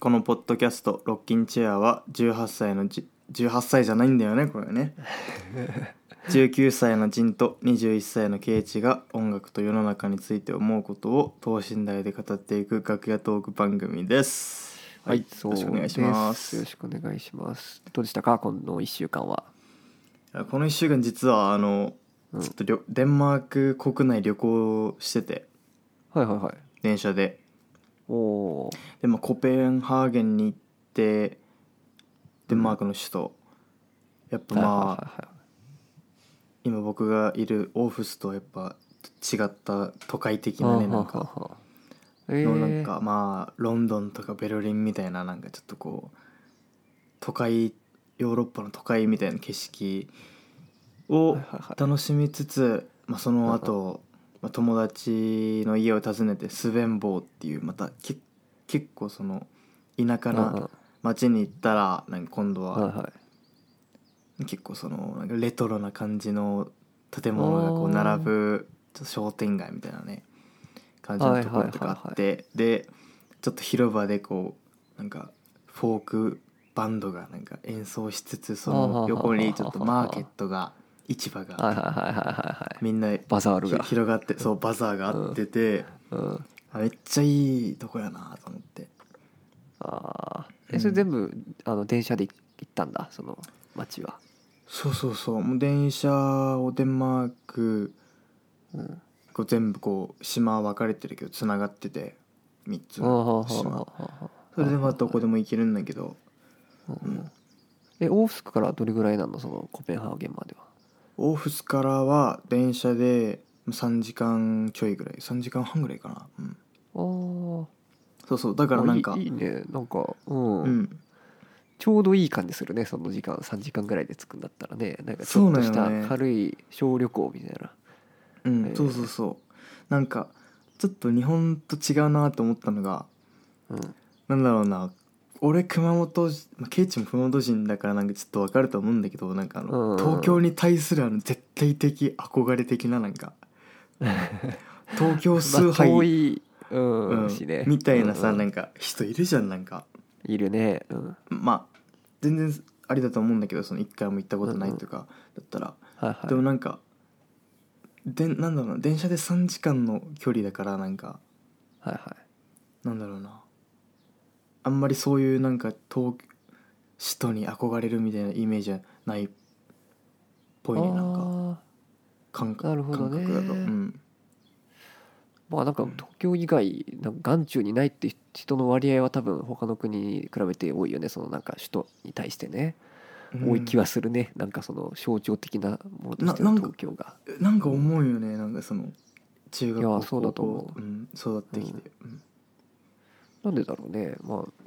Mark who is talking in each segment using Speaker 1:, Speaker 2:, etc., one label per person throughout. Speaker 1: このポッドキャスト「ロッキンチェア」は18歳のじ18歳じゃないんだよねこれね19歳のジンと21歳のケイチが音楽と世の中について思うことを等身大で語っていく楽屋トーク番組です
Speaker 2: はい、
Speaker 1: よろしくお願いしま
Speaker 2: そう
Speaker 1: す
Speaker 2: ですよろしくお願いします。どうでしたか、この一週間は。
Speaker 1: いやこの1週間実はあの
Speaker 2: うん
Speaker 1: ちょっとりょデンマーク国内旅行してて
Speaker 2: はいはいはい。
Speaker 1: 電車で
Speaker 2: おおー。
Speaker 1: で、まあ、コペンハーゲンに行ってデンマークの首都やっぱまあ
Speaker 2: あ。
Speaker 1: 今僕がいるオーフスとはやっぱ違った都会的
Speaker 2: は
Speaker 1: ないねない
Speaker 2: は
Speaker 1: んか
Speaker 2: はい。ええ
Speaker 1: のなんかまあロンドンとかベルリンみたいななんかちょっとこう都会ヨーロッパの都会みたいな景色を
Speaker 2: はいはいはい
Speaker 1: 楽しみつつ、まあ、その後、まあ友達の家を訪ねてスヴェンボーっていうまたけ結構その田舎
Speaker 2: うんうん
Speaker 1: な町に行ったらなんか今度
Speaker 2: はい
Speaker 1: は
Speaker 2: はい。
Speaker 1: 結構そのなんかレトロな感じの建物がこう
Speaker 2: あー
Speaker 1: 並ぶちょっと商店街みたいなね感じのところとかあって、でちょっと広場でこうなんかフォークバンドがなんか演奏しつつその横にちょっとマーケットが市場
Speaker 2: はいはい
Speaker 1: が
Speaker 2: はいはいはいはい。
Speaker 1: みんな
Speaker 2: バザール
Speaker 1: ひ
Speaker 2: が。
Speaker 1: 広がってそうバザーがあってて、
Speaker 2: うん。
Speaker 1: あめっちゃいいとこやなと思って
Speaker 2: ああ。え、それ全部、あの電車で行ったんだ、その街は。
Speaker 1: そうそうそうもう電車をデンマーク
Speaker 2: うん。
Speaker 1: こう全部こう島分かれてるけどつながってて3つの島
Speaker 2: あ。
Speaker 1: それでまあどこでも行けるんだけど
Speaker 2: うんうんえ、オーフスクからどれぐらいなの、そのコペンハーゲンまでは。
Speaker 1: オーフスからは電車で3時間ちょいぐらい3時間半ぐらいかなうん
Speaker 2: ああ。
Speaker 1: そうそうだからなんか
Speaker 2: あいいいいねなんかうん、
Speaker 1: うん
Speaker 2: ちょうどいい感じするねその時間3時間ぐらいで着くんだったらねなんかち
Speaker 1: そ
Speaker 2: ょ
Speaker 1: う
Speaker 2: っ
Speaker 1: な
Speaker 2: と
Speaker 1: の
Speaker 2: し
Speaker 1: よね
Speaker 2: た軽い小旅行みたいな
Speaker 1: うん、
Speaker 2: えー
Speaker 1: そうそうそうなんかちょっと日本と違うなと思ったのが
Speaker 2: うん
Speaker 1: なんだろうな俺熊本人まあケイチも熊本人だからなんかちょっとわかると思うんだけどなんかあ
Speaker 2: うんうんう
Speaker 1: の
Speaker 2: ん
Speaker 1: 東京に対するあの絶対的憧れ的ななん か東京崇
Speaker 2: まあ遠
Speaker 1: 拝、
Speaker 2: い、うん
Speaker 1: うん
Speaker 2: しね
Speaker 1: みたいなさ
Speaker 2: うん
Speaker 1: なんか人いるじゃんなんか
Speaker 2: いるね、うん、
Speaker 1: まあ全然ありだと思うんだけどその一回も行ったことないとかだったら
Speaker 2: はいはい
Speaker 1: でもなんかでなんだろうな電車で3時間の距離だからなんか
Speaker 2: はいは
Speaker 1: なんだろうなあんまりそういうなんか東首都に憧れるみたいなイメージじゃないっぽい
Speaker 2: い
Speaker 1: ねなんか
Speaker 2: あ
Speaker 1: 感
Speaker 2: な
Speaker 1: 覚
Speaker 2: るほど
Speaker 1: 感
Speaker 2: ね
Speaker 1: 覚だと、うん、
Speaker 2: ーまあなんか東京以外なんか眼中にないって人の割合は多分他の国に比べて多いよねそのなんか首都に対してね、多い気はするねなんかその象徴的なものとして
Speaker 1: なな
Speaker 2: の
Speaker 1: んか
Speaker 2: 東京が
Speaker 1: うんなんか思うよねなんかその中学
Speaker 2: い
Speaker 1: 校
Speaker 2: やそうだと思う
Speaker 1: 高校ん、育ってきて、うん
Speaker 2: なんでだろうね、まあ、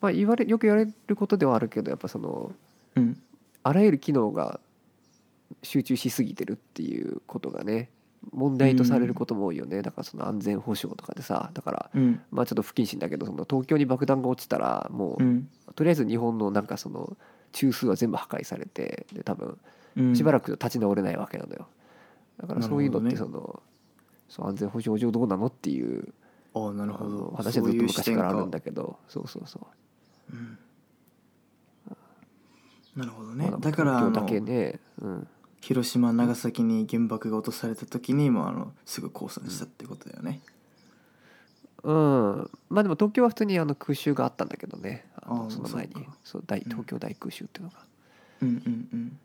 Speaker 2: まあ言われよく言われることではあるけどやっぱその
Speaker 1: うん
Speaker 2: あらゆる機能が集中しすぎてるっていうことがね問題とされることも多いよね、だからその安全保障とかでさだから
Speaker 1: うん
Speaker 2: まあちょっと不謹慎だけどその東京に爆弾が落ちたらもう、
Speaker 1: うん
Speaker 2: とりあえず日本のなんかその中枢は全部破壊されてで多分
Speaker 1: うん
Speaker 2: しばらく立ち直れないわけなのよだからそういうのっ
Speaker 1: な
Speaker 2: て
Speaker 1: る
Speaker 2: そ
Speaker 1: ほ
Speaker 2: の、そう安全保障上どうなのっていう
Speaker 1: ああなる
Speaker 2: あ
Speaker 1: ほ
Speaker 2: の
Speaker 1: ど
Speaker 2: 話はずっと昔からあるん
Speaker 1: だ
Speaker 2: だけどそうそうそう
Speaker 1: うんなるほどね
Speaker 2: まあ
Speaker 1: だからあの
Speaker 2: 東京だけね、うん、
Speaker 1: 広島長崎に原爆が落とされた時にもうあのすぐ降参したってことだよね、
Speaker 2: うん、まあでも東京は普通にあの空襲があったんだけどねあ
Speaker 1: あ
Speaker 2: の
Speaker 1: あ
Speaker 2: その前に
Speaker 1: そうか
Speaker 2: そう大
Speaker 1: うん
Speaker 2: 東京大空襲っていうのが、
Speaker 1: うん、うんうん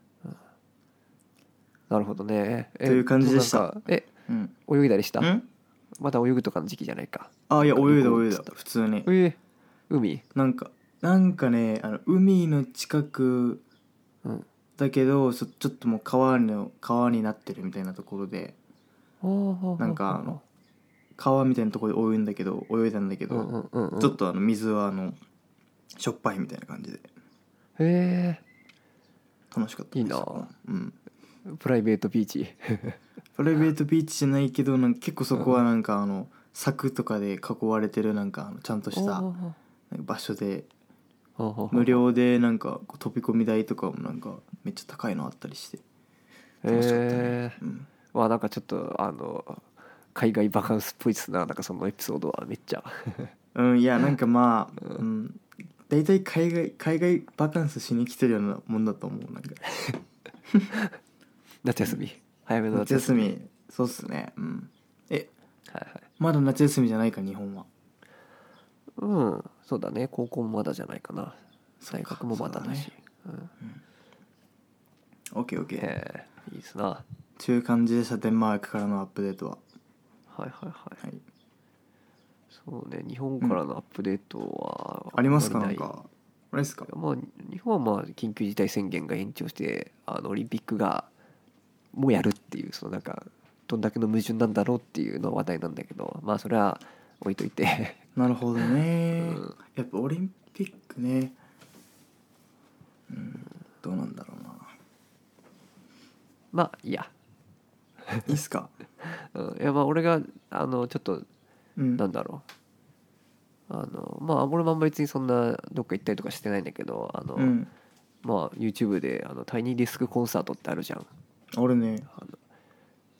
Speaker 2: なるほどねえ
Speaker 1: という感じでした
Speaker 2: なんかえ
Speaker 1: うん
Speaker 2: 泳いだりした
Speaker 1: ん
Speaker 2: まだ泳ぐとかの時期じゃないか
Speaker 1: あいや泳いだ
Speaker 2: どこ
Speaker 1: 泳いだ普通に
Speaker 2: えー海
Speaker 1: なんかなんかねあの海の近く
Speaker 2: うん
Speaker 1: だけどそちょっともう川の川になってるみたいなところでなんかあの川みたいなところで泳いんだけど泳いだんだけ
Speaker 2: う
Speaker 1: ど、
Speaker 2: んうんうんうん
Speaker 1: ちょっとあの水はあのしょっぱいみたいな感じで
Speaker 2: へ
Speaker 1: 楽しかったです
Speaker 2: いいなあ
Speaker 1: うん
Speaker 2: えプライベートビーチ
Speaker 1: プライベートビーチじゃないけどなんか結構そこはなんかあの柵とかで囲われてるなんかあのちゃんとしたなんか場所で無
Speaker 2: 無
Speaker 1: 料でなんかこう飛び込み台とかもなんかめっちゃ高いのあったりして楽しかったね
Speaker 2: えー
Speaker 1: うん
Speaker 2: まあなんかちょっとあの海外バカンスっぽいっすななんかそのエピソードはめっちゃ
Speaker 1: うんいやなんかまあ、うん、大体海外海外バカンスしに来てるようなもんだと思うなんか
Speaker 2: 夏休み早めの
Speaker 1: 夏
Speaker 2: 夏休
Speaker 1: 休みそうっすねうんえ
Speaker 2: みはいはい
Speaker 1: まだ夏休みじゃないか日本は
Speaker 2: うんそうだね高校もまだじゃないかな
Speaker 1: そっ
Speaker 2: 大
Speaker 1: か
Speaker 2: 学もまだだしう,、ん
Speaker 1: OKOK
Speaker 2: えーいいですなは
Speaker 1: 中間自転車デンマークからのアップデートはい
Speaker 2: はいはい
Speaker 1: はい
Speaker 2: そうね日本からのアップデートは、
Speaker 1: ありますか
Speaker 2: あ
Speaker 1: な
Speaker 2: ま
Speaker 1: ん
Speaker 2: りい
Speaker 1: かないですか
Speaker 2: まあ、日本はまあ緊急事態宣言が延長してあのオリンピックがもうやるっていうそのなんかどんだけの矛盾なんだろうっていうのは話題なんだけどまあそれは置いといて
Speaker 1: なるほどね、
Speaker 2: うん
Speaker 1: やっぱオリンピックねうんどうなんだろうな
Speaker 2: まあいいや,、
Speaker 1: いいっすか、
Speaker 2: うん、いやまあ俺があのちょっと
Speaker 1: うん、
Speaker 2: なんだろうあのまあ俺もあんま別にそんなどっか行ったりとかしてないんだけどあの、
Speaker 1: うん
Speaker 2: まあ YouTube であのタイニーディスクコンサートってあるじゃん
Speaker 1: あるね
Speaker 2: あの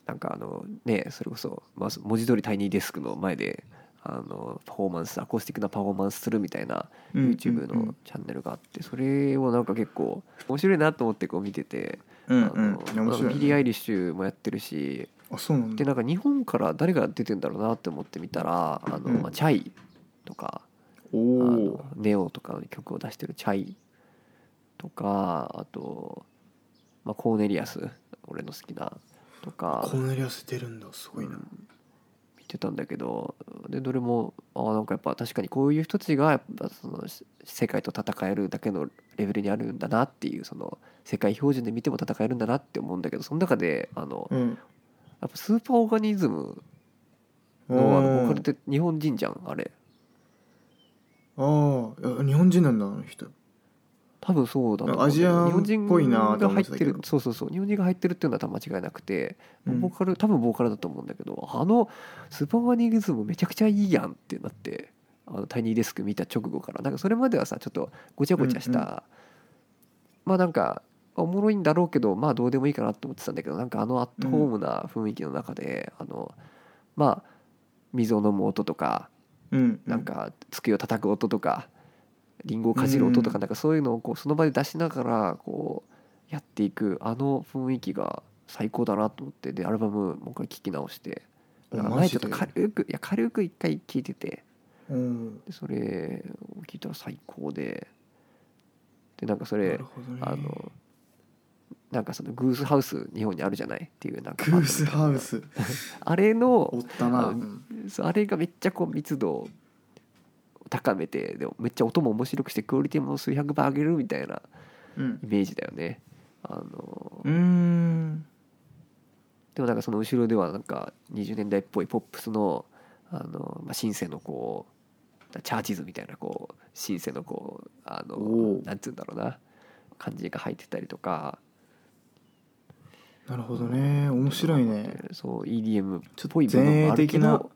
Speaker 2: なんかあのねそれこそ、まあ、そ文字通りタイニーデスクの前であのパフォーマンスアコースティックなパフォーマンスするみたいな
Speaker 1: うん
Speaker 2: YouTube
Speaker 1: うんう
Speaker 2: のチャンネルがあってそれをなんか結構面白いなと思ってこう見ててあ
Speaker 1: うんうんいや
Speaker 2: の
Speaker 1: 面白いね
Speaker 2: ビリー・アイリッシュもやってるし
Speaker 1: あそうなん
Speaker 2: で
Speaker 1: だ
Speaker 2: なんか日本から誰が出てんだろうなって思ってみたらあの、
Speaker 1: うん
Speaker 2: まあ、チャイとか
Speaker 1: お
Speaker 2: あ
Speaker 1: お
Speaker 2: のネオとかの曲を出してるチャイとかあと、まあ、コーネリアス俺の好きなとか
Speaker 1: こんなに痩せてるんだすごいな
Speaker 2: うん見てたんだけどでどれもあーなんかやっぱ確かにこういう人たちがやっぱそのし世界と戦えるだけのレベルにあるんだなっていうその世界標準で見ても戦えるんだなって思うんだけどその中であの
Speaker 1: うん
Speaker 2: やっぱスーパーオーガニズム
Speaker 1: あ
Speaker 2: のあのボーカルって日本人じゃんあれ
Speaker 1: あーいや日本人なんだあの人
Speaker 2: 多分そうだと思う
Speaker 1: アジアンっぽいなと
Speaker 2: が
Speaker 1: 思
Speaker 2: 入
Speaker 1: っ
Speaker 2: って
Speaker 1: たけ
Speaker 2: て
Speaker 1: ど
Speaker 2: るそうそうそう日本人が入ってるっていうのは多分間違いなくて
Speaker 1: うん
Speaker 2: ボーカル多分ボーカルだと思うんだけどあのスーパーマニーズムめちゃくちゃいいやんってなってあのタイニーデスク見た直後からなんかそれまではさちょっとごちゃごちゃした、
Speaker 1: うんうん
Speaker 2: まあなんかおもろいんだろうけどまあどうでもいいかなと思ってたんだけどなんかあのアットホームな雰囲気の中で、あのまあ水を飲む音とか
Speaker 1: うん
Speaker 2: なんか机を叩く音とかリンゴをかじる音と
Speaker 1: う
Speaker 2: か
Speaker 1: ん
Speaker 2: なんかそういうのをこうその場で出しながらこうやっていくあの雰囲気が最高だなと思ってでアルバムもう一回聴き直して
Speaker 1: お
Speaker 2: なんか
Speaker 1: マ
Speaker 2: 前
Speaker 1: ジ
Speaker 2: ちょ
Speaker 1: で
Speaker 2: っと軽くいや軽く一回聴いてて
Speaker 1: うん
Speaker 2: でそれを聴いたら最高ででなんかそ
Speaker 1: な
Speaker 2: れ
Speaker 1: るほどね
Speaker 2: あのなんかそのグースハウス日本にあるじゃないっていうなんか
Speaker 1: グースハウス
Speaker 2: あれの
Speaker 1: おったな
Speaker 2: あの
Speaker 1: うん
Speaker 2: そうあれがめっちゃこう密度を高めてでもめっちゃ音も面白くしてクオリティも数百倍上げるみたいな
Speaker 1: うん
Speaker 2: イメージだよねあの
Speaker 1: うーん
Speaker 2: でもなんかその後ろではなんか20年代っぽいポップスのあの、まあ、シンセのこうチャーチーズみたいなこうシンセのこうあ
Speaker 1: お
Speaker 2: の
Speaker 1: う
Speaker 2: なんつうんだろうな感じが入ってたりとか
Speaker 1: なるほどね面白いね
Speaker 2: そう EDM っ
Speaker 1: ちょっと
Speaker 2: ぽい部分もある
Speaker 1: 前衛
Speaker 2: け
Speaker 1: 的な
Speaker 2: ど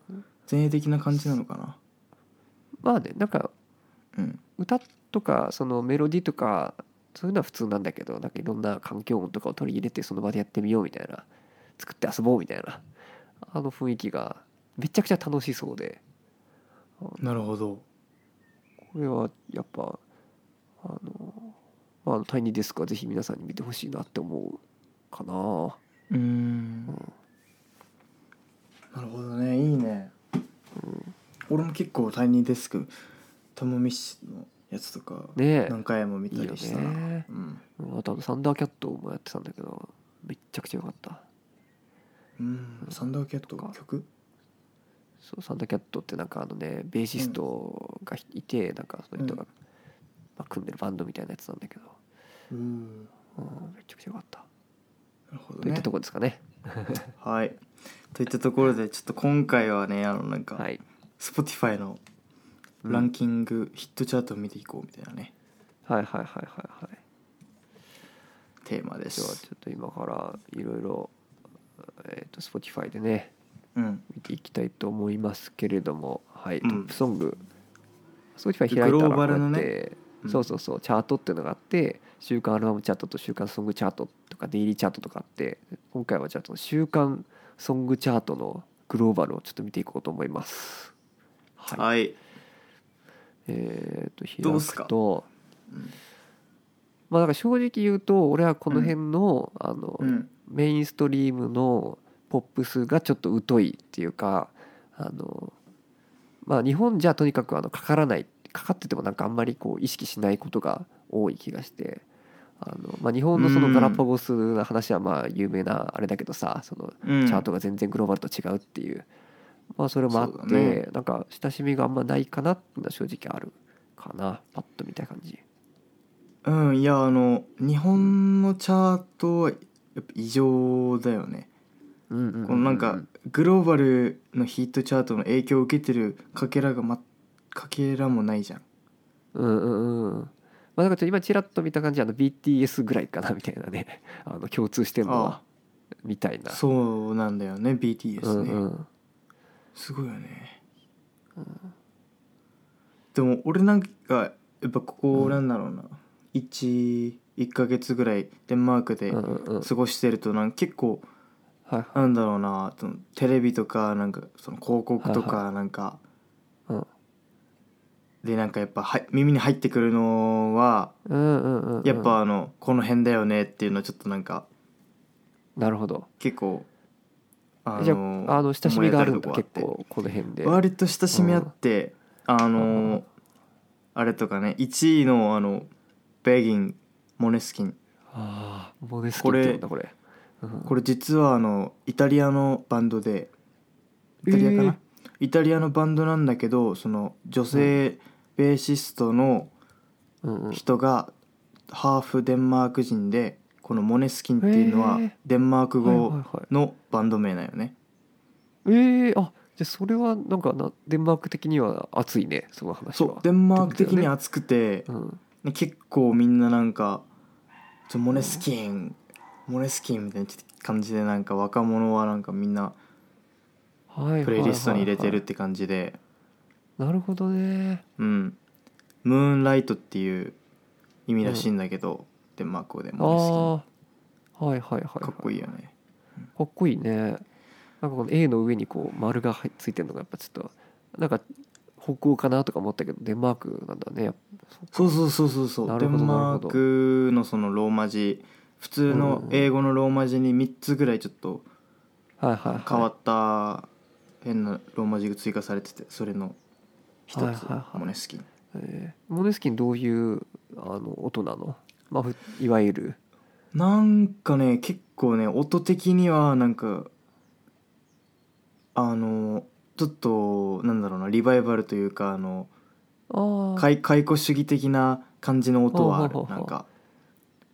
Speaker 1: 前衛的な感じなのかな
Speaker 2: まあねなんか
Speaker 1: うん
Speaker 2: 歌とかそのメロディーとかそういうのは普通なんだけどなんかいろんな環境音とかを取り入れてその場でやってみようみたいな作って遊ぼうみたいなあの雰囲気がめちゃくちゃ楽しそうで
Speaker 1: なるほど
Speaker 2: これはやっぱあの、まああの、タイニーデスクはぜひ皆さんに見てほしいなって思うかな、
Speaker 1: うーん
Speaker 2: うん
Speaker 1: なるほどねいいね俺も結構タイニーデスクトム・ミッシュのやつとか
Speaker 2: ねえ
Speaker 1: 何回も見たりした
Speaker 2: いいよ
Speaker 1: な
Speaker 2: ね
Speaker 1: うん
Speaker 2: あとあのサンダーキャットもやってたんだけどめっちゃくちゃ良かった
Speaker 1: うんサンダーキャット
Speaker 2: とか
Speaker 1: 曲
Speaker 2: そうサンダーキャットってなんかあのねベーシストがいて、なんかその人が、
Speaker 1: うん
Speaker 2: まあ、組んでるバンドみたいなやつなんだけど、
Speaker 1: うんな
Speaker 2: うん、めちゃくちゃ良かった、
Speaker 1: るほど
Speaker 2: といっ
Speaker 1: ね
Speaker 2: たところですかね
Speaker 1: はいといったところでちょっと今回はねあのなんか
Speaker 2: はい、
Speaker 1: Spotify の
Speaker 2: うん
Speaker 1: ランキングヒットチャートを見ていこうみたいなね
Speaker 2: はいはいはいはいはい
Speaker 1: テーマで
Speaker 2: じゃあ
Speaker 1: す
Speaker 2: ちょっと今からいろいろえっ、と Spotify でね
Speaker 1: うん
Speaker 2: 見ていきたいと思いますけれどもはい、
Speaker 1: うん
Speaker 2: トップソング Spotify 開い
Speaker 1: グ
Speaker 2: た
Speaker 1: ロー
Speaker 2: らこう
Speaker 1: バ
Speaker 2: や
Speaker 1: ル
Speaker 2: って、
Speaker 1: のねうん
Speaker 2: そうそうそうチャートっていうのがあって週間アルバムチャートと週間ソングチャートとかデイリーチャートとかあって今回はじゃあその週間ソングチャートのグローバルをちょっと見ていこうと思いますはい
Speaker 1: はい
Speaker 2: えー、と
Speaker 1: どう
Speaker 2: 開
Speaker 1: っすか
Speaker 2: くと
Speaker 1: うん
Speaker 2: まあだから正直言うと俺はこの辺の,、あの
Speaker 1: うん
Speaker 2: メインストリームのポップスがちょっと疎いっていうかあの、まあ、日本じゃとにかくあのかからないかかっててもなんかあんまりこう意識しないことが多い気がしてあの、まあ、日本のそのガラパゴスの話はまあ有名なあれだけどさその
Speaker 1: うん
Speaker 2: チャートが全然グローバルと違うっていう、まあ、それもあっ
Speaker 1: そう
Speaker 2: て、
Speaker 1: だね
Speaker 2: なんか親しみがあんまないかなっていうのは正直あるかなパッと見た感じ。
Speaker 1: うんいやあの日本のチャートはやっぱ異常だよね
Speaker 2: うんうんうんうん
Speaker 1: このなんかグローバルのヒットチャートの影響を受けてるかけらがまかけらもないじゃん
Speaker 2: うんうんうんまあなんかちょっと今ちらっと見た感じあの BTS ぐらいかなみたいなね あの共通してるの
Speaker 1: あ
Speaker 2: はみたいな
Speaker 1: そうなんだよね BTS ね、
Speaker 2: うんうん
Speaker 1: すごいよね、でも俺なんかやっぱここ
Speaker 2: うん
Speaker 1: なんだろうな、11ヶ月ぐらいデンマークで
Speaker 2: うんうんうん
Speaker 1: 過ごしてるとなんか結構
Speaker 2: はい
Speaker 1: なんだろうなそのテレビとかなんかその広告と
Speaker 2: は
Speaker 1: かなんか
Speaker 2: うん
Speaker 1: でなんかやっぱはい耳に入ってくるのは
Speaker 2: うんうんうんうん
Speaker 1: やっぱあのこの辺だよねっていうのはちょっとなんか
Speaker 2: なるほど
Speaker 1: 結構あ
Speaker 2: じゃああの親しみがあるんだ
Speaker 1: 思い
Speaker 2: 結
Speaker 1: 当たるとこあって
Speaker 2: 構この辺で
Speaker 1: 割と親しみあって、あの、
Speaker 2: うん
Speaker 1: あれとかね1位のあのベギンモネスキン
Speaker 2: ああモネスキンって呼んだこれうん
Speaker 1: これ実はあのイタリアのバンドでイタリアかな、イタリアのバンドなんだけどその女性ベーシストの
Speaker 2: うんうん
Speaker 1: 人がハーフデンマーク人でこのモネスキンっていうのは
Speaker 2: へえ
Speaker 1: デンマーク
Speaker 2: はい
Speaker 1: 語
Speaker 2: はいはい
Speaker 1: のバンド名だよね
Speaker 2: ええあじゃあそれはなんかなデンマーク的には熱いねその話
Speaker 1: そう
Speaker 2: は
Speaker 1: デンマーク的に熱くて
Speaker 2: うん
Speaker 1: で結構みんななんか「ちょモネスキンモネスキン」みたいな感じでなんか若者はなんかみんな
Speaker 2: はい
Speaker 1: プレイリストに入れてるっ
Speaker 2: はい
Speaker 1: て感じで
Speaker 2: はいはいなるほどね
Speaker 1: うん「ムーンライト」っていう意味らしいんだけど、デンマーク語で
Speaker 2: あ
Speaker 1: モネス
Speaker 2: あはいはいはいは
Speaker 1: キンかっこいいよね
Speaker 2: かっこいいねなんかこの A の上にこう丸が入っついてるのがやっぱちょっとなんか北欧かなとか思ったけどデンマークなんだねやっぱそっか
Speaker 1: そうそうそうそうそう
Speaker 2: な
Speaker 1: デ
Speaker 2: るほど
Speaker 1: ンマークのそのローマ字普通
Speaker 2: うん
Speaker 1: の
Speaker 2: うん
Speaker 1: 英語のローマ字に3つぐらいちょっと
Speaker 2: はいはいはい
Speaker 1: 変わった変なローマ字が追加されててそれの一つ、
Speaker 2: はいはいはい
Speaker 1: モネスキン
Speaker 2: えーモネスキンどういうあの音なのまあふいわゆる
Speaker 1: なんかね結構ね音的にはなんかあのちょっとなんだろうなリバイバルというかあの
Speaker 2: ああ
Speaker 1: 解解雇主義的な感じの音はある
Speaker 2: ほうほうほう
Speaker 1: な
Speaker 2: ほ
Speaker 1: ん
Speaker 2: う
Speaker 1: か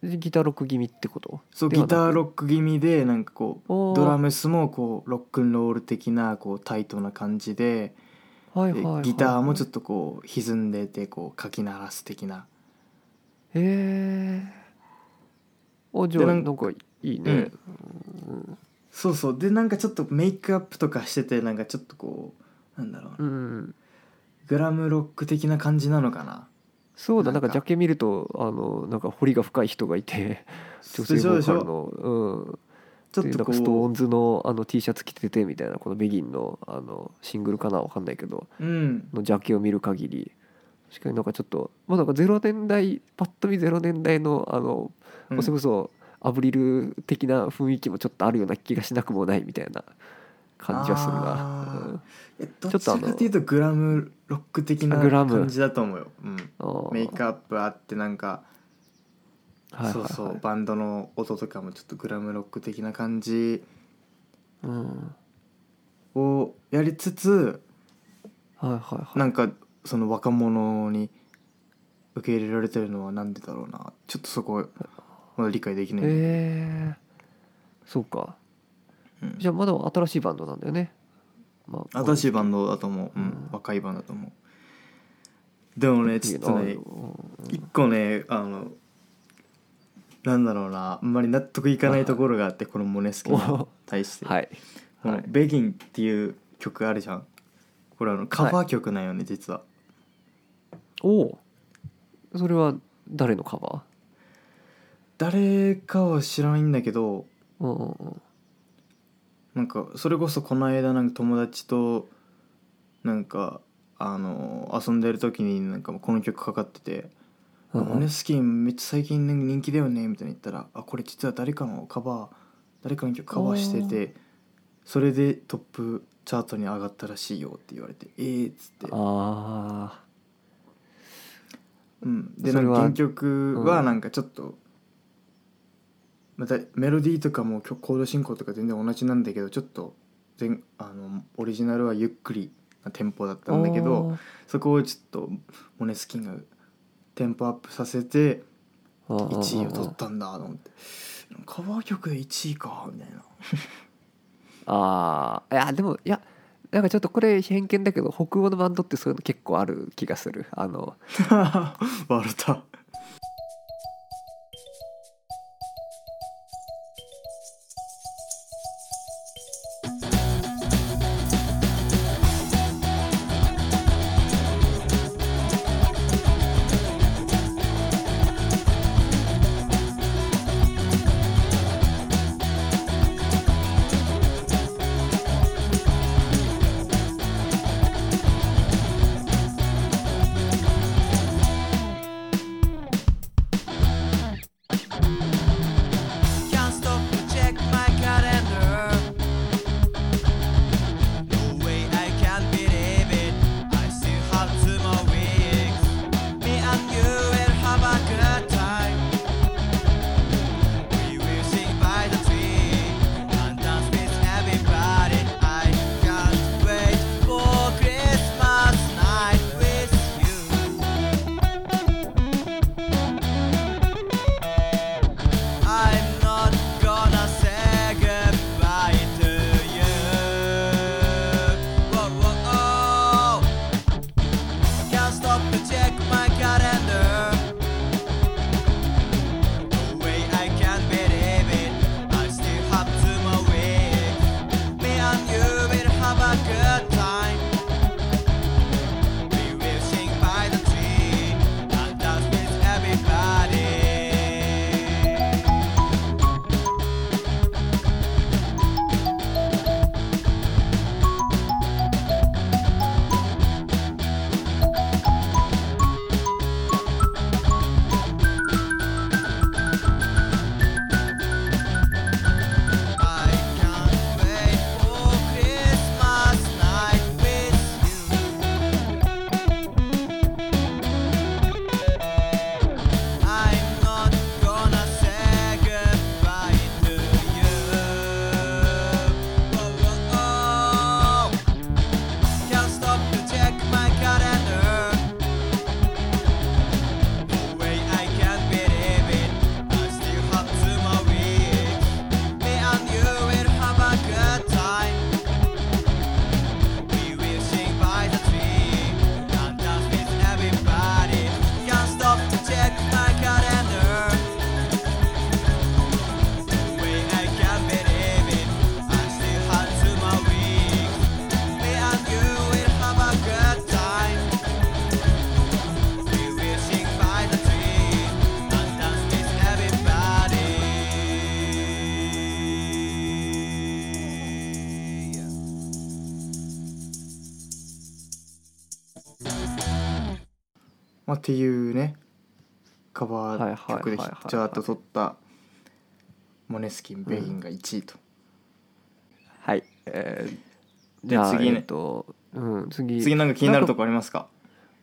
Speaker 2: ギターロック気味ってこと
Speaker 1: そう
Speaker 2: では
Speaker 1: ギ
Speaker 2: なく
Speaker 1: ターロック気味でなんかこう
Speaker 2: おー
Speaker 1: ドラムスもこうロックンロール的なこうタイトな感じで
Speaker 2: はい
Speaker 1: で
Speaker 2: はいはいはい
Speaker 1: ギターもちょっ
Speaker 2: と
Speaker 1: とこう歪んでてこうかき鳴らす的な
Speaker 2: へえおじゃあ
Speaker 1: でな
Speaker 2: なんんかいいね、
Speaker 1: そうそうでなんかちょっとメイクアップとかしててなんかちょっとこうなんだろうな
Speaker 2: うん
Speaker 1: グラムロック的な感じなのかな
Speaker 2: そうだなんか
Speaker 1: なんか
Speaker 2: ジャケ見るとあのなんか彫りが深い人が いて女性
Speaker 1: でしょ
Speaker 2: ボ
Speaker 1: で
Speaker 2: ー
Speaker 1: し
Speaker 2: カル
Speaker 1: ょ
Speaker 2: のうん
Speaker 1: ちょっ
Speaker 2: でな
Speaker 1: と
Speaker 2: んかストー
Speaker 1: こ
Speaker 2: ンズのあの T シャツ着ててみたいなこのベギンのあのシングルかなわかんないけど
Speaker 1: ううん
Speaker 2: のジャケを見る限り確かになんかちょっとまあなんか0年代パッと見0年代のあの、
Speaker 1: うん
Speaker 2: それこそアブリル的な雰囲気もちょっとあるような気がしなくもないみたいな感じはする
Speaker 1: あー
Speaker 2: な、うん
Speaker 1: えど
Speaker 2: ちょっ
Speaker 1: ち
Speaker 2: とあ
Speaker 1: ら
Speaker 2: の
Speaker 1: かというとグラムロック的な
Speaker 2: あグラム
Speaker 1: 感じだと思うよ、うん、
Speaker 2: あー
Speaker 1: メイクアップあってなんか
Speaker 2: はいはい
Speaker 1: そう
Speaker 2: はい
Speaker 1: そうバンドの音とかもちょっとグラムロック的な感じ
Speaker 2: うん
Speaker 1: をやりつつ
Speaker 2: はいはいは
Speaker 1: ないんかその若者に受け入れられてるのはなんでだろうなちょっとそこまだ理解できない、
Speaker 2: えー、そうか
Speaker 1: うん
Speaker 2: じゃあまだ新しいバンドなんだよね、まあ
Speaker 1: 新しいバンドだと思う、うん
Speaker 2: うん
Speaker 1: 若いバンドだと思うでもねちょっとね一個ねあのなんだろうなあんまり納得いかないところがあってこのモネスキンに対して、
Speaker 2: はい
Speaker 1: この「ベギン」っていう曲あるじゃんこれあのカバー曲なんよね、実は
Speaker 2: おおそれは誰のカバ
Speaker 1: 誰かは知らないんだけど
Speaker 2: ーうんうんうん
Speaker 1: なんかそれこそこの間なんか友達となんかあの遊んでる時になんかもうこの曲かかってて「
Speaker 2: うん
Speaker 1: モネスキンめっちゃ最近人気だよね」みたいに言ったら「あこれ実は誰かのカバー誰かの曲カバーしててそれでトップチャートに上がったらしいよ」って言われて「えー」っつって、
Speaker 2: あ
Speaker 1: うん、で
Speaker 2: そ
Speaker 1: な
Speaker 2: れ
Speaker 1: ん
Speaker 2: は
Speaker 1: か原曲は
Speaker 2: うん
Speaker 1: なんかちょっと、またメロディーとかも曲コード進行とか全然同じなんだけどちょっと全あのオリジナルはゆっくりなテンポだっ
Speaker 2: あ
Speaker 1: たんだけど。そこをちょっとモネスキンがテンポアップさせて1位を取ったんだと思ってカバー曲で1位かみたい な
Speaker 2: ああいやでもいやなんかちょっとこれ偏見だけど北欧のバンドってそういうの結構ある気がするあの
Speaker 1: 笑った
Speaker 3: Christmas night with you. I'm not gonna say goodbye to you. Whoa, whoa, oh. Can't stop to check my calendar. No way I can believe it. I still have two more weeks. Me and you will have a good time. We will sing by the tree and dance with everybody. I can't wait for Christmas night with you. I'm not gonna say goodbye to you. Oh, can't stop to check my calendar. No way I can believe it. I still have two more weeks. Me and you will have a good time. We will sing by the tree and dance with everybody. Can't stop to check my calendar. No way I can believe it. I still have two more weeks. Me and you will have a good time. We will sing by the tree and dance with everybody. Yeah.
Speaker 1: まあっていうねカバー曲でヒ
Speaker 2: はいはいはいはいは
Speaker 1: ッ
Speaker 2: い
Speaker 1: チャーと取ったモネスキンベインが1位と、
Speaker 2: はい、えー
Speaker 1: で
Speaker 2: じゃあ
Speaker 1: 次ね
Speaker 2: えっと、うん、次
Speaker 1: 次なんか気になるとこありますか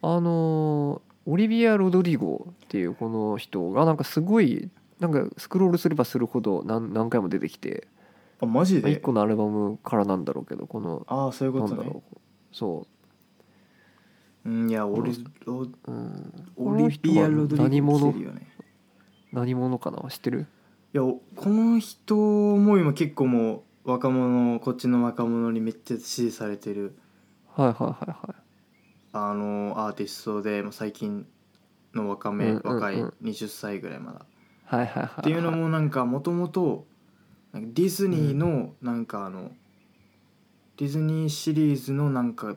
Speaker 2: あのーオリビア・ロドリゴっていうこの人がなんかすごいなんかスクロールすればするほど何何回も出てきて、
Speaker 1: あマジ
Speaker 2: まあ、1
Speaker 1: で
Speaker 2: 個のアルバムからなんだろうけどこの
Speaker 1: ああそういう
Speaker 2: な
Speaker 1: こ
Speaker 2: ん
Speaker 1: と
Speaker 2: だ
Speaker 1: ね
Speaker 2: ろうそう
Speaker 1: うんいやオリロ
Speaker 2: うん
Speaker 1: オリビア・ロドリ
Speaker 2: 何
Speaker 1: ゴ来
Speaker 2: 者
Speaker 1: てるよね
Speaker 2: 何者かな知ってる
Speaker 1: いやおこの人も今結構もう若者こっちの若者にめっちゃ支持されてる
Speaker 2: はいはいはいはい
Speaker 1: あのアーティストでまあ最近の若め、
Speaker 2: うんうんうん
Speaker 1: 若い20歳ぐらいまだ。
Speaker 2: はいはいはいは
Speaker 1: っていうのもなんかもともとディズニーのなんかあの、ディズニーシリーズのなんか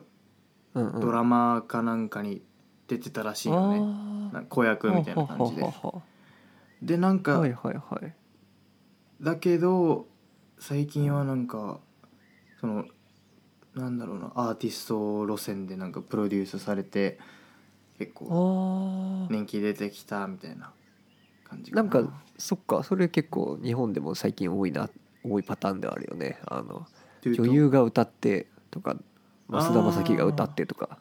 Speaker 2: うんうん
Speaker 1: ドラマかなんかに出てたらしいよね、
Speaker 2: あ
Speaker 1: なんか子役
Speaker 2: ー
Speaker 1: みたいな感じで
Speaker 2: は。ははは
Speaker 1: でなんか、
Speaker 2: はいはいはい
Speaker 1: だけど最近はなんかそのなんだろうなアーティスト路線でなんかプロデュースされて結構
Speaker 2: ああ
Speaker 1: 人気出てきたみたいな感じ
Speaker 2: なんかそっかそれ結構日本でも最近多いな多いパターンではあるよねあの
Speaker 1: というと
Speaker 2: 女優が歌ってとか増田正樹が歌ってとか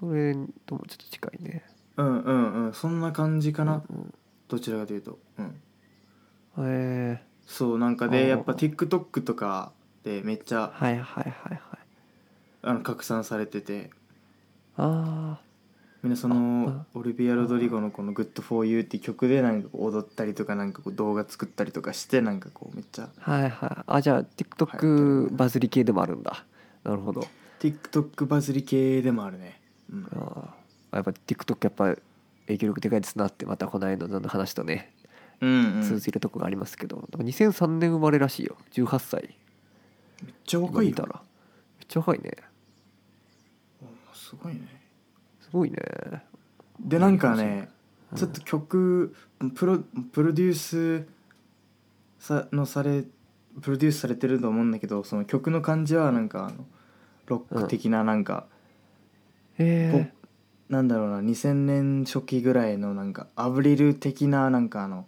Speaker 2: それともちょっと近いね
Speaker 1: うんうんうんそんな感じかな、
Speaker 2: うん
Speaker 1: どちらかというと、うん、
Speaker 2: うんへえ
Speaker 1: そうなんか
Speaker 2: あー
Speaker 1: でやっぱ TikTok とかでめっちゃ
Speaker 2: はいはいはいはい
Speaker 1: あの拡散されてて
Speaker 2: あ
Speaker 1: みんなそのオリビア・ロドリゴのこの「Good4You」っていう曲でなんかこう踊ったりとかなんかこう動画作ったりとかしてなんかこうめっちゃ
Speaker 2: あはいはいあじゃあ
Speaker 1: はい
Speaker 2: TikTok バズり系でもあるんだなるほど
Speaker 1: TikTok バズり系でもあるね、うん、
Speaker 2: ああやっぱ TikTok やっぱ影響力でかいですなってまたこの間の話とね
Speaker 1: うん、うん、
Speaker 2: 通
Speaker 1: めっ
Speaker 2: じるとこがありますけど、なんか2003年生まれらしいよ18歳
Speaker 1: ちゃ
Speaker 2: 今
Speaker 1: 若い
Speaker 2: 見
Speaker 1: よ
Speaker 2: たらめっちゃ若いね
Speaker 1: あすごいね
Speaker 2: すごいね
Speaker 1: でなんかね
Speaker 2: うん
Speaker 1: ちょっと曲プロプロデュースさのされプロデュースされてると思うんだけどその曲の感じはなんかあのロック的ななんか、ポッ
Speaker 2: へ
Speaker 1: プなんだろうな2000年初期ぐらいのなんかアブリル的ななんかあの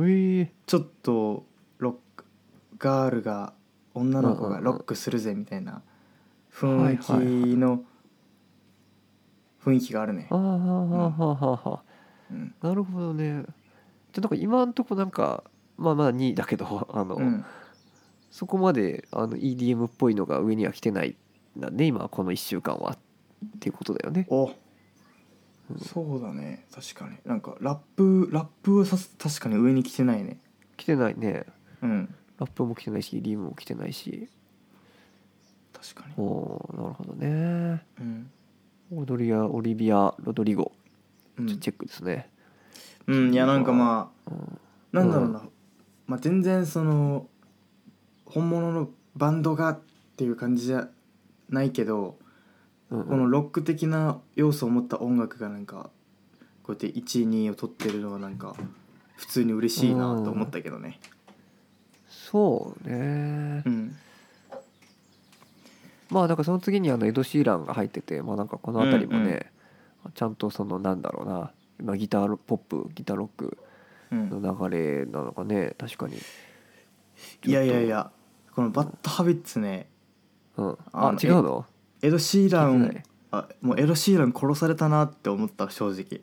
Speaker 2: えへえ
Speaker 1: ちょっとロックガールが女の子がロックするぜみたいな雰囲気の雰囲気があるね
Speaker 2: あ、あはあはあはあはあ
Speaker 1: うん
Speaker 2: なるほどねじゃあなんか今んとこなんかまあまあ2位だけど あの、
Speaker 1: うん、
Speaker 2: そこまであの EDM っぽいのが上には来てないんだね今この1週間はっていうことだよね
Speaker 1: おそうだね確かになんかラップラップはさす確かに上に来てないね
Speaker 2: 来てないね
Speaker 1: うん
Speaker 2: ラップも来てないし EDM も来てないし
Speaker 1: 確か
Speaker 2: お
Speaker 1: に
Speaker 2: おーなるほどね
Speaker 1: うん、
Speaker 2: オドリアオリビア・ロドリゴ
Speaker 1: う
Speaker 2: ちょっ
Speaker 1: ん
Speaker 2: とチ、ェックですね、
Speaker 1: うんいやなんかまあ
Speaker 2: うん
Speaker 1: なんだろうな、まあ、全然その本物のバンドがっていう感じじゃないけど、
Speaker 2: うんうん
Speaker 1: このロック的な要素を持った音楽がなんかこうやって1位2位を取ってるのはなんか普通に嬉しいなと思ったけどね。
Speaker 2: そうね
Speaker 1: うん、
Speaker 2: まあだからその次にあのエド・シーランが入っててまあなんかこの辺りもね、ちゃんとそのなんだろうなまあギターポップギターロック
Speaker 1: うん、
Speaker 2: の流れなのかね確かに
Speaker 1: いやいやいやこの「バッドハビッツね
Speaker 2: うん
Speaker 1: あ
Speaker 2: あ
Speaker 1: の
Speaker 2: 違うの
Speaker 1: エド・シーラ
Speaker 2: 聞いてな
Speaker 1: ン
Speaker 2: い
Speaker 1: あもうエド・シーラン殺されたなって思った正直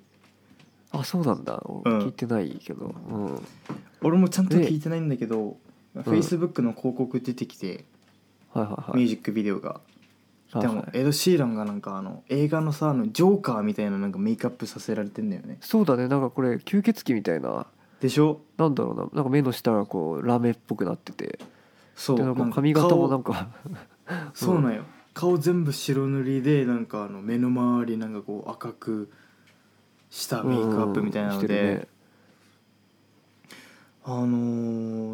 Speaker 2: あそうなんだ俺
Speaker 1: うん
Speaker 2: 聞いてないけどうん、
Speaker 1: 俺もちゃんと聞いてないんだけど、フェイスブックの広告出てきて、
Speaker 2: はいはいはい
Speaker 1: ミュージックビデオが。
Speaker 2: はい
Speaker 1: で
Speaker 2: はい
Speaker 1: もエド・シーランがなんかあの映画のさあのジョーカーみたいななんかメイクアップさせられてんだよね
Speaker 2: そうだねなんかこれ吸血鬼みたいな
Speaker 1: でしょ
Speaker 2: なんだろうななんか目の下がこうラメっぽくなってて
Speaker 1: そう
Speaker 2: でなん
Speaker 1: な
Speaker 2: か
Speaker 1: んか
Speaker 2: 髪型もなん
Speaker 1: か
Speaker 2: か
Speaker 1: 顔 そうなんよ顔全部白塗りでなんかあの目の周りなんかこう赤くしたメイクアップみたいなので、
Speaker 2: うんしてるね
Speaker 1: あの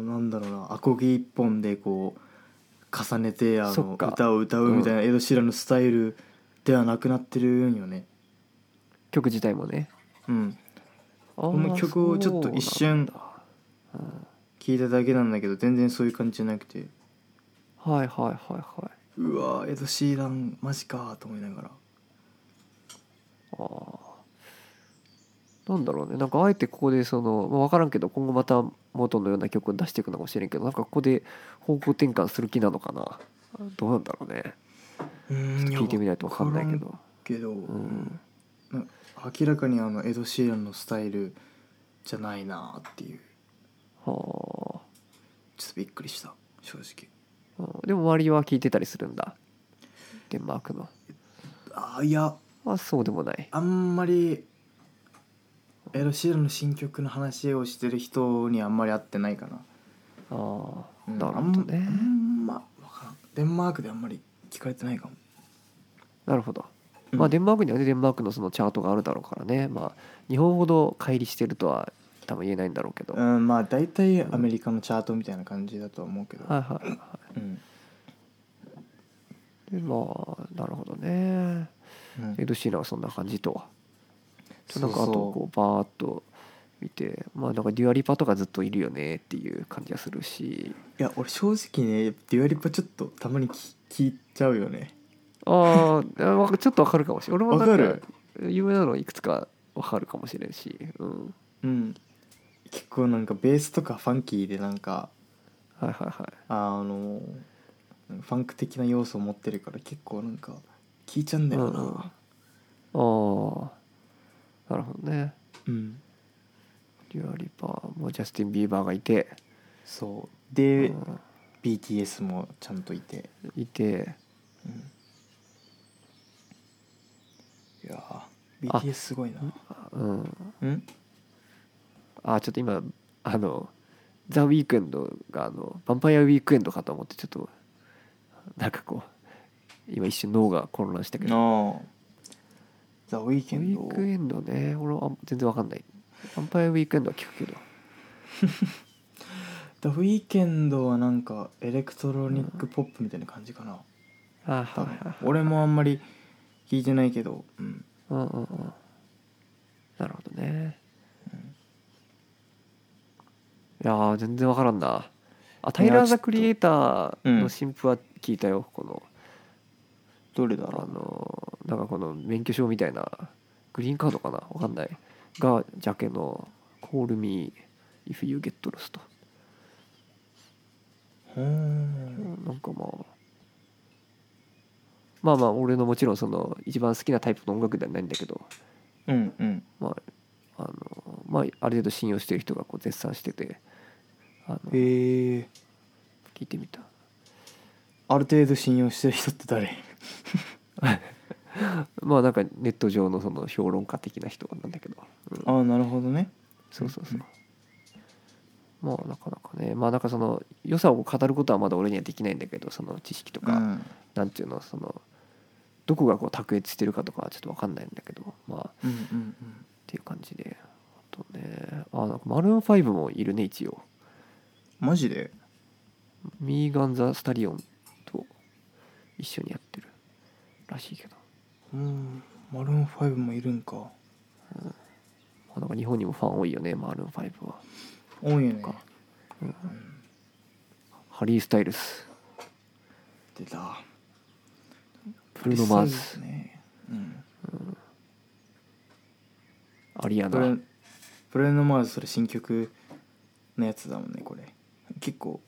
Speaker 1: ー、なんだろうなアコギ一本でこう重ねてあ
Speaker 2: そ
Speaker 1: の
Speaker 2: っか
Speaker 1: 歌を歌うみたいなエド・シーランのスタイルではなくなってるんよね
Speaker 2: 曲自体もね
Speaker 1: うん
Speaker 2: こ
Speaker 1: この曲をちょっと一瞬聞いただけなんだけど全然そういう感じじゃなくて
Speaker 2: はいはいはいは
Speaker 1: うわーエド・シーランマジかーと思いながら
Speaker 2: いあーなんだろうねなんかあえてここでその、まあ、分からんけど今後また元のような曲を出していくのかもしれんけどなんかここで方向転換する気なのかなどうなんだろうね
Speaker 1: うーん
Speaker 2: 聞いてみないと分かんないけ
Speaker 1: わ
Speaker 2: ど
Speaker 1: けど、
Speaker 2: ん
Speaker 1: うん明らかにあのエド・シーランのスタイルじゃないなーっていう
Speaker 2: は
Speaker 1: ちょっとびっくりした正直
Speaker 2: あうんでも周りは聞いてたりするんだデンマークの
Speaker 1: あーいや
Speaker 2: まあそうでもない
Speaker 1: あんまりエド・シーランの新曲の話をしてる人にあんまり会ってないかな、
Speaker 2: あー
Speaker 1: うん、
Speaker 2: なるほどね
Speaker 1: あんま分からんデンマークであんまり聞かれてないかも
Speaker 2: なるほど
Speaker 1: うん
Speaker 2: まあデンマークにはねデンマークのそのチャートがあるだろうからねまあ日本ほど乖離してるとは多分言えないんだろうけど、
Speaker 1: う
Speaker 2: はい
Speaker 1: んまあ大体アメリカのチャートみたいな感じだとは思うけど、
Speaker 2: はいはいは
Speaker 1: うん
Speaker 2: いでまあなるほどね
Speaker 1: うん
Speaker 2: エド・シーランはそんな感じと
Speaker 1: そう
Speaker 2: なんかあとこうバーっと見てまあなんかデュアリパとかずっといるよねっていう感じがするし
Speaker 1: いや俺正直ねデュアリパちょっとたまにき聞いちゃうよね
Speaker 2: あーあわかちょっとわかるかもしれない俺もなん
Speaker 1: わか
Speaker 2: 有名なのいくつかわかるかもしれんし、うん、
Speaker 1: うん結構なんかベースとかファンキーでなんか
Speaker 2: はいはいはい
Speaker 1: あのファンク的な要素を持ってるから結構なんか聞いちゃうんだよな
Speaker 2: あーなるほどね
Speaker 1: うん、
Speaker 2: デュアリパーもジャスティン・ビーバーがいて、
Speaker 1: そう
Speaker 2: う
Speaker 1: で、
Speaker 2: ん
Speaker 1: BTS もちゃんといて
Speaker 2: いて
Speaker 1: いやー
Speaker 2: あ
Speaker 1: BTS すごいな
Speaker 2: うん
Speaker 1: うん
Speaker 2: あちょっと今あのザ・ウィークエンドがあのヴァンパイア・ウィークエンドかと思ってちょっとなんかこう今一瞬脳が混乱したけど
Speaker 1: なあザ・ウィー
Speaker 2: ウ
Speaker 1: ケン
Speaker 2: ィ
Speaker 1: ド
Speaker 2: ークエンドね俺は全然わかんないヴァンパイア・ウィークエンドは聞くけど
Speaker 1: ザ・ウィーケンドはなんかエレクトロニックポップみたいな感じかな、
Speaker 2: あ
Speaker 1: 多
Speaker 2: はいはい
Speaker 1: 分
Speaker 2: はい
Speaker 1: 俺もあんまり聞いてないけど、うん、
Speaker 2: うんうんうんなるほどねいやー全然わからんなあタイ
Speaker 1: い
Speaker 2: ラ
Speaker 1: や
Speaker 2: ー・
Speaker 1: ちょ
Speaker 2: ザ・
Speaker 1: っと
Speaker 2: クリエイター
Speaker 1: う
Speaker 2: の
Speaker 1: ん
Speaker 2: 新譜は聞いたよこの
Speaker 1: どれだ
Speaker 2: あ
Speaker 1: ろ
Speaker 2: のなんかこの免許証みたいなグリーンカードかなわかんないがジャケの「Call me if you get lost
Speaker 1: うほー」ん
Speaker 2: なんかまあまあまあ俺のもちろんその一番好きなタイプの音楽ではないんだけど
Speaker 1: うんうん
Speaker 2: まああのまあある程度信用してる人がこう絶賛しててあの聞
Speaker 1: へえ
Speaker 2: いてみた
Speaker 1: ある程度信用してる人って誰
Speaker 2: まあなんかネット上のその評論家的な人なんだけど、うん
Speaker 1: ああなるほどね
Speaker 2: そうそうそう。まあなかなかねまあなんかその良さを語ることはまだ俺にはできないんだけどその知識と
Speaker 1: う
Speaker 2: か、
Speaker 1: ん
Speaker 2: なんていうのそのどこがこう卓越してるかとかはちょっと分かんないんだけどまあっ
Speaker 1: うんうんうん
Speaker 2: ていう感じであとねあなんかマルーン5もいるね一応
Speaker 1: マジで
Speaker 2: ミーガン・ザ・スタリオンと一緒にやってるらしいけど、
Speaker 1: うんマルーン5もいるんか
Speaker 2: まあ、なんか日本にもファン多いよねマルーン5は
Speaker 1: 多いよね
Speaker 2: ハリー・スタイルス
Speaker 1: 出た
Speaker 2: ブルーノ・マー
Speaker 1: そう
Speaker 2: ズ
Speaker 1: ですねうん
Speaker 2: アリア
Speaker 1: ブレ
Speaker 2: ナ
Speaker 1: ンブレンノ・マーズそれ新曲のやつだもんねこれ結構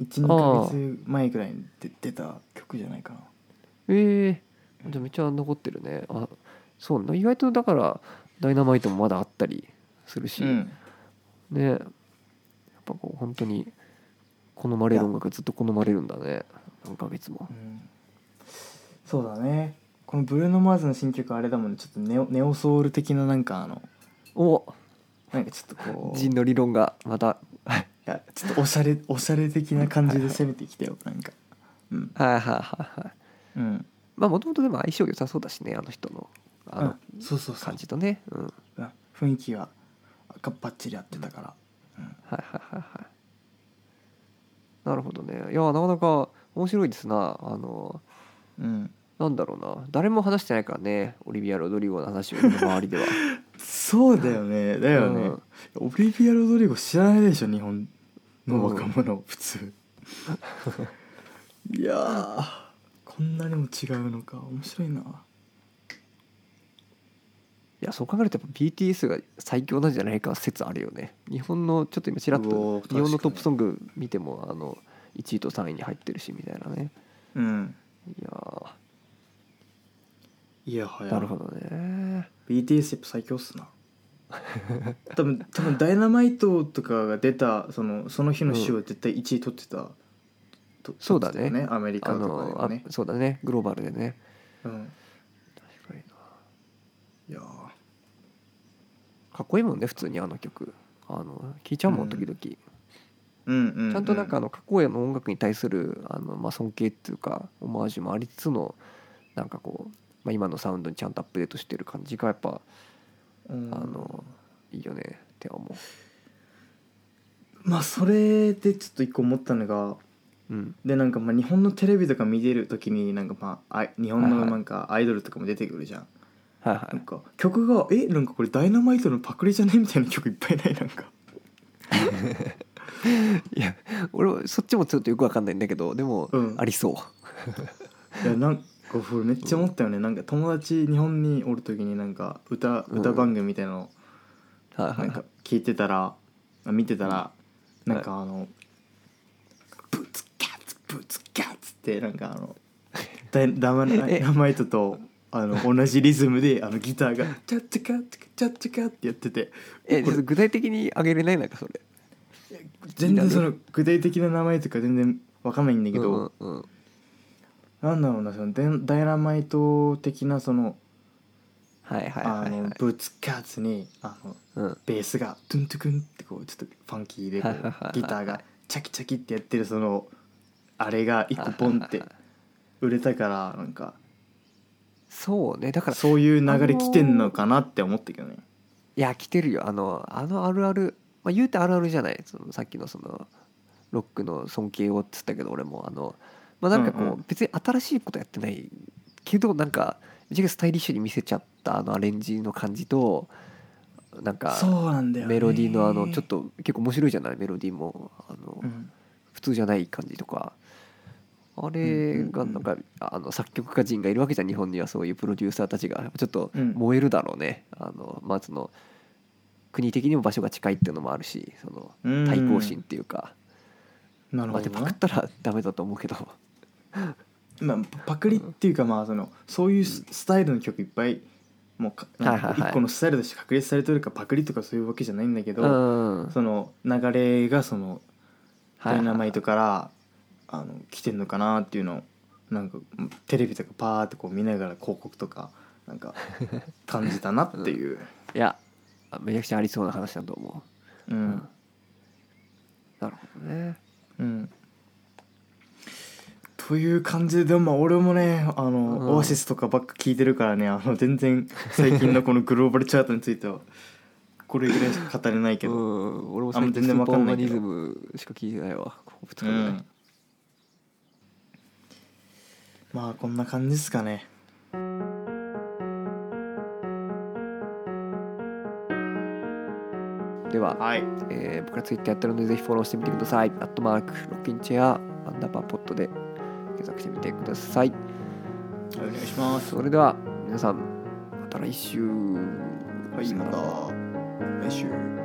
Speaker 1: 12
Speaker 2: ああ
Speaker 1: ヶ月前ぐらいに出出た曲じゃないかな
Speaker 2: ええじゃあめっちゃ残ってるねあそうな意外とだから「ダイナマイト」もまだあったりするし、ねやっぱこう本当に好まれる音楽がずっと好まれるんだね何ヶ月も
Speaker 1: うんそうだねこのブルーノ・マーズの新曲あれだもんねちょっとネオネオソウル的ななんかあの
Speaker 2: お
Speaker 1: なんかちょっとこう
Speaker 2: 人の理論がまたはい
Speaker 1: いやちょっとおしゃれおしゃれ的な感じで攻めてきたよなんかうん
Speaker 2: はいはいはい
Speaker 1: うん
Speaker 2: まあもともとでも相性良さそうだしねあの人のあの
Speaker 1: うんそうそうそう
Speaker 2: 感じとねうんはい
Speaker 1: うん雰囲気ががばっちり合ってたから
Speaker 2: はいはいはいなるほどねいやなかなか面白いですなあの
Speaker 1: うん
Speaker 2: なんだろうな誰も話してないからねオリビア・ロドリゴの話を俺の周 りでは
Speaker 1: そうだよねだよね、オリビア・ロドリゴ知らないでしょ日本の若者、普通 いやーこんなにも違うのか面白いない
Speaker 2: やそう考えるとやっぱ BTS が最強なんじゃないか説あるよね日本のちょっと今ちらっ
Speaker 1: うお
Speaker 2: と
Speaker 1: ー
Speaker 2: 日本
Speaker 1: 確
Speaker 2: の
Speaker 1: か
Speaker 2: ト
Speaker 1: に
Speaker 2: ップソング見てもあの1位と3位に入ってるしみたいなね
Speaker 1: うん
Speaker 2: いやー
Speaker 1: いやはや
Speaker 2: なるほどね
Speaker 1: BTS やっぱ最強っすな多分多分ダイナマイトとかが出たそのその日の週は絶対1位取ってた、と
Speaker 2: そうだ
Speaker 1: 取
Speaker 2: ね
Speaker 1: ってたよアメリカ
Speaker 2: あ
Speaker 1: とかで
Speaker 2: の
Speaker 1: も
Speaker 2: あ
Speaker 1: ね
Speaker 2: そうだねグローバルでね
Speaker 1: うん
Speaker 2: 確か
Speaker 1: い
Speaker 2: に
Speaker 1: やー
Speaker 2: かっこいいもんね普通にあの曲あの聴いちゃうもん
Speaker 1: うん
Speaker 2: 時々、
Speaker 1: うんうん、うん、
Speaker 2: ちゃんとなんかあの過去への音楽に対するあのまあ尊敬っていうかオマージュもありつつのなんかこうまあ今のサウンドにちゃんとアップデートしてる感じがやっぱ
Speaker 1: うん
Speaker 2: あのいいよねって思
Speaker 1: まあそれでちょっと一個思ったのが
Speaker 2: う。うん、
Speaker 1: でなんかまあ日本のテレビとか見てる時になんかまああい日本
Speaker 2: はい
Speaker 1: の
Speaker 2: はい
Speaker 1: なんかアイドルとかも出てくるじゃん、
Speaker 2: はい
Speaker 1: な
Speaker 2: は
Speaker 1: んか曲がえなんかこれ「ダイナマイトのパクリじゃない?」みたいな曲いっぱいないなんか
Speaker 2: いいや俺はそっちもちょっとよくわかんないんだけどでも、
Speaker 1: うん
Speaker 2: ありそう
Speaker 1: いやなんかこれめっちゃ思ったよね、なんか友達日本におる時になんか歌
Speaker 2: うん
Speaker 1: 歌番組みたいなの
Speaker 2: はいは
Speaker 1: ないんか聞いてたら、あ見てたらなんかあの「ブツキャッツブツキャッツ」ってなんかあの「ダイダマ
Speaker 2: え
Speaker 1: ダイナマイト」と。あの同じリズムであのギターが「チャッチャカチャチャッチャカ」ってやってて
Speaker 2: えちょっと具体的にあげれないなんかそれ
Speaker 1: 全然その具体的な名前とか全然わかんないんだけど、
Speaker 2: うんうんうん
Speaker 1: なんだろうなそのダイダイナマイト的なその
Speaker 2: はいはい
Speaker 1: あ
Speaker 2: はいは
Speaker 1: の
Speaker 2: い
Speaker 1: ブーツカーツにあの
Speaker 2: うん
Speaker 1: ベースがトゥントゥクンってこうちょっとファンキーでこう
Speaker 2: はいはいはいはい
Speaker 1: ギターがチャキチャキってやってるそのあれが一個ポンって売れたからなんか
Speaker 2: そうねだから
Speaker 1: そういう流れ来てんのかなって思ったけどね。
Speaker 2: いや来てるよあのあのあるある、まあ、言うてあるあるじゃないそのさっきのそのロックの尊敬をっつったけど俺もあのまあなんかこう、
Speaker 1: うんうん
Speaker 2: 別に新しいことやってないけどなんかめちゃくちゃスタイリッシュに見せちゃったあのアレンジの感じとなんか
Speaker 1: そうなんだよね
Speaker 2: メロディーのあのちょっ、と結構面白いじゃないメロディーもあの
Speaker 1: うん
Speaker 2: 普通じゃない感じとかあ
Speaker 1: うんうん
Speaker 2: れ
Speaker 1: うん
Speaker 2: がなんかあの作曲家陣がいるわけじゃん日本にはそういうプロデューサーたちがちょっと
Speaker 1: うん
Speaker 2: 燃えるだろうね、あのまあその国的にも場所が近いっていうのもあるしその
Speaker 1: うん
Speaker 2: 対抗心っていうか、
Speaker 1: なる
Speaker 2: ま
Speaker 1: ほ
Speaker 2: あ、で
Speaker 1: ど
Speaker 2: パクっ
Speaker 1: な、
Speaker 2: たらダメだと思うけど
Speaker 1: まあ、パクリっていうかまあそのそういうススタイルの曲いっぱいもうかなん
Speaker 2: は
Speaker 1: か
Speaker 2: いはいはい
Speaker 1: 一個のスタイルとして確立されてるからパクリとかそういうわけじゃないんだけど、
Speaker 2: うん
Speaker 1: その流れがその
Speaker 2: は
Speaker 1: ダ
Speaker 2: い
Speaker 1: イナマイトから、あの来てんのかなっていうのをなんかテレビとかパーってこう見ながら広告とかなん か感じたなっていう、
Speaker 2: いやめちゃくちゃありそうな話だと思
Speaker 1: うん
Speaker 2: う、うんなるほどね
Speaker 1: うんという感じででもまあ俺もねあの、
Speaker 2: うん
Speaker 1: オアシスとかばっか聞いてるからねあの全然最近のこ のグローバルチャートについてはこれぐらいしか語れないけ
Speaker 2: う
Speaker 1: ど、
Speaker 2: ん俺も
Speaker 1: あんま
Speaker 2: 最近
Speaker 1: 全
Speaker 2: ス
Speaker 1: 然わ
Speaker 2: ーパ
Speaker 1: か
Speaker 2: ー
Speaker 1: ん
Speaker 2: オ
Speaker 1: な
Speaker 2: ー
Speaker 1: い
Speaker 2: ガ
Speaker 1: けど
Speaker 2: ニズムしか聞いてないわここ二
Speaker 1: う
Speaker 2: 日ぐらい
Speaker 1: ん、まあこんな感じですかね
Speaker 2: では
Speaker 1: はい
Speaker 2: えー僕らツイッターやってるのでぜひフォローしてみてください。アットマーク、ロッキンチェア、アンダーバーポットで検索してみてください。
Speaker 1: お願いします
Speaker 2: それでは皆さん、また来週。
Speaker 1: はいまた来週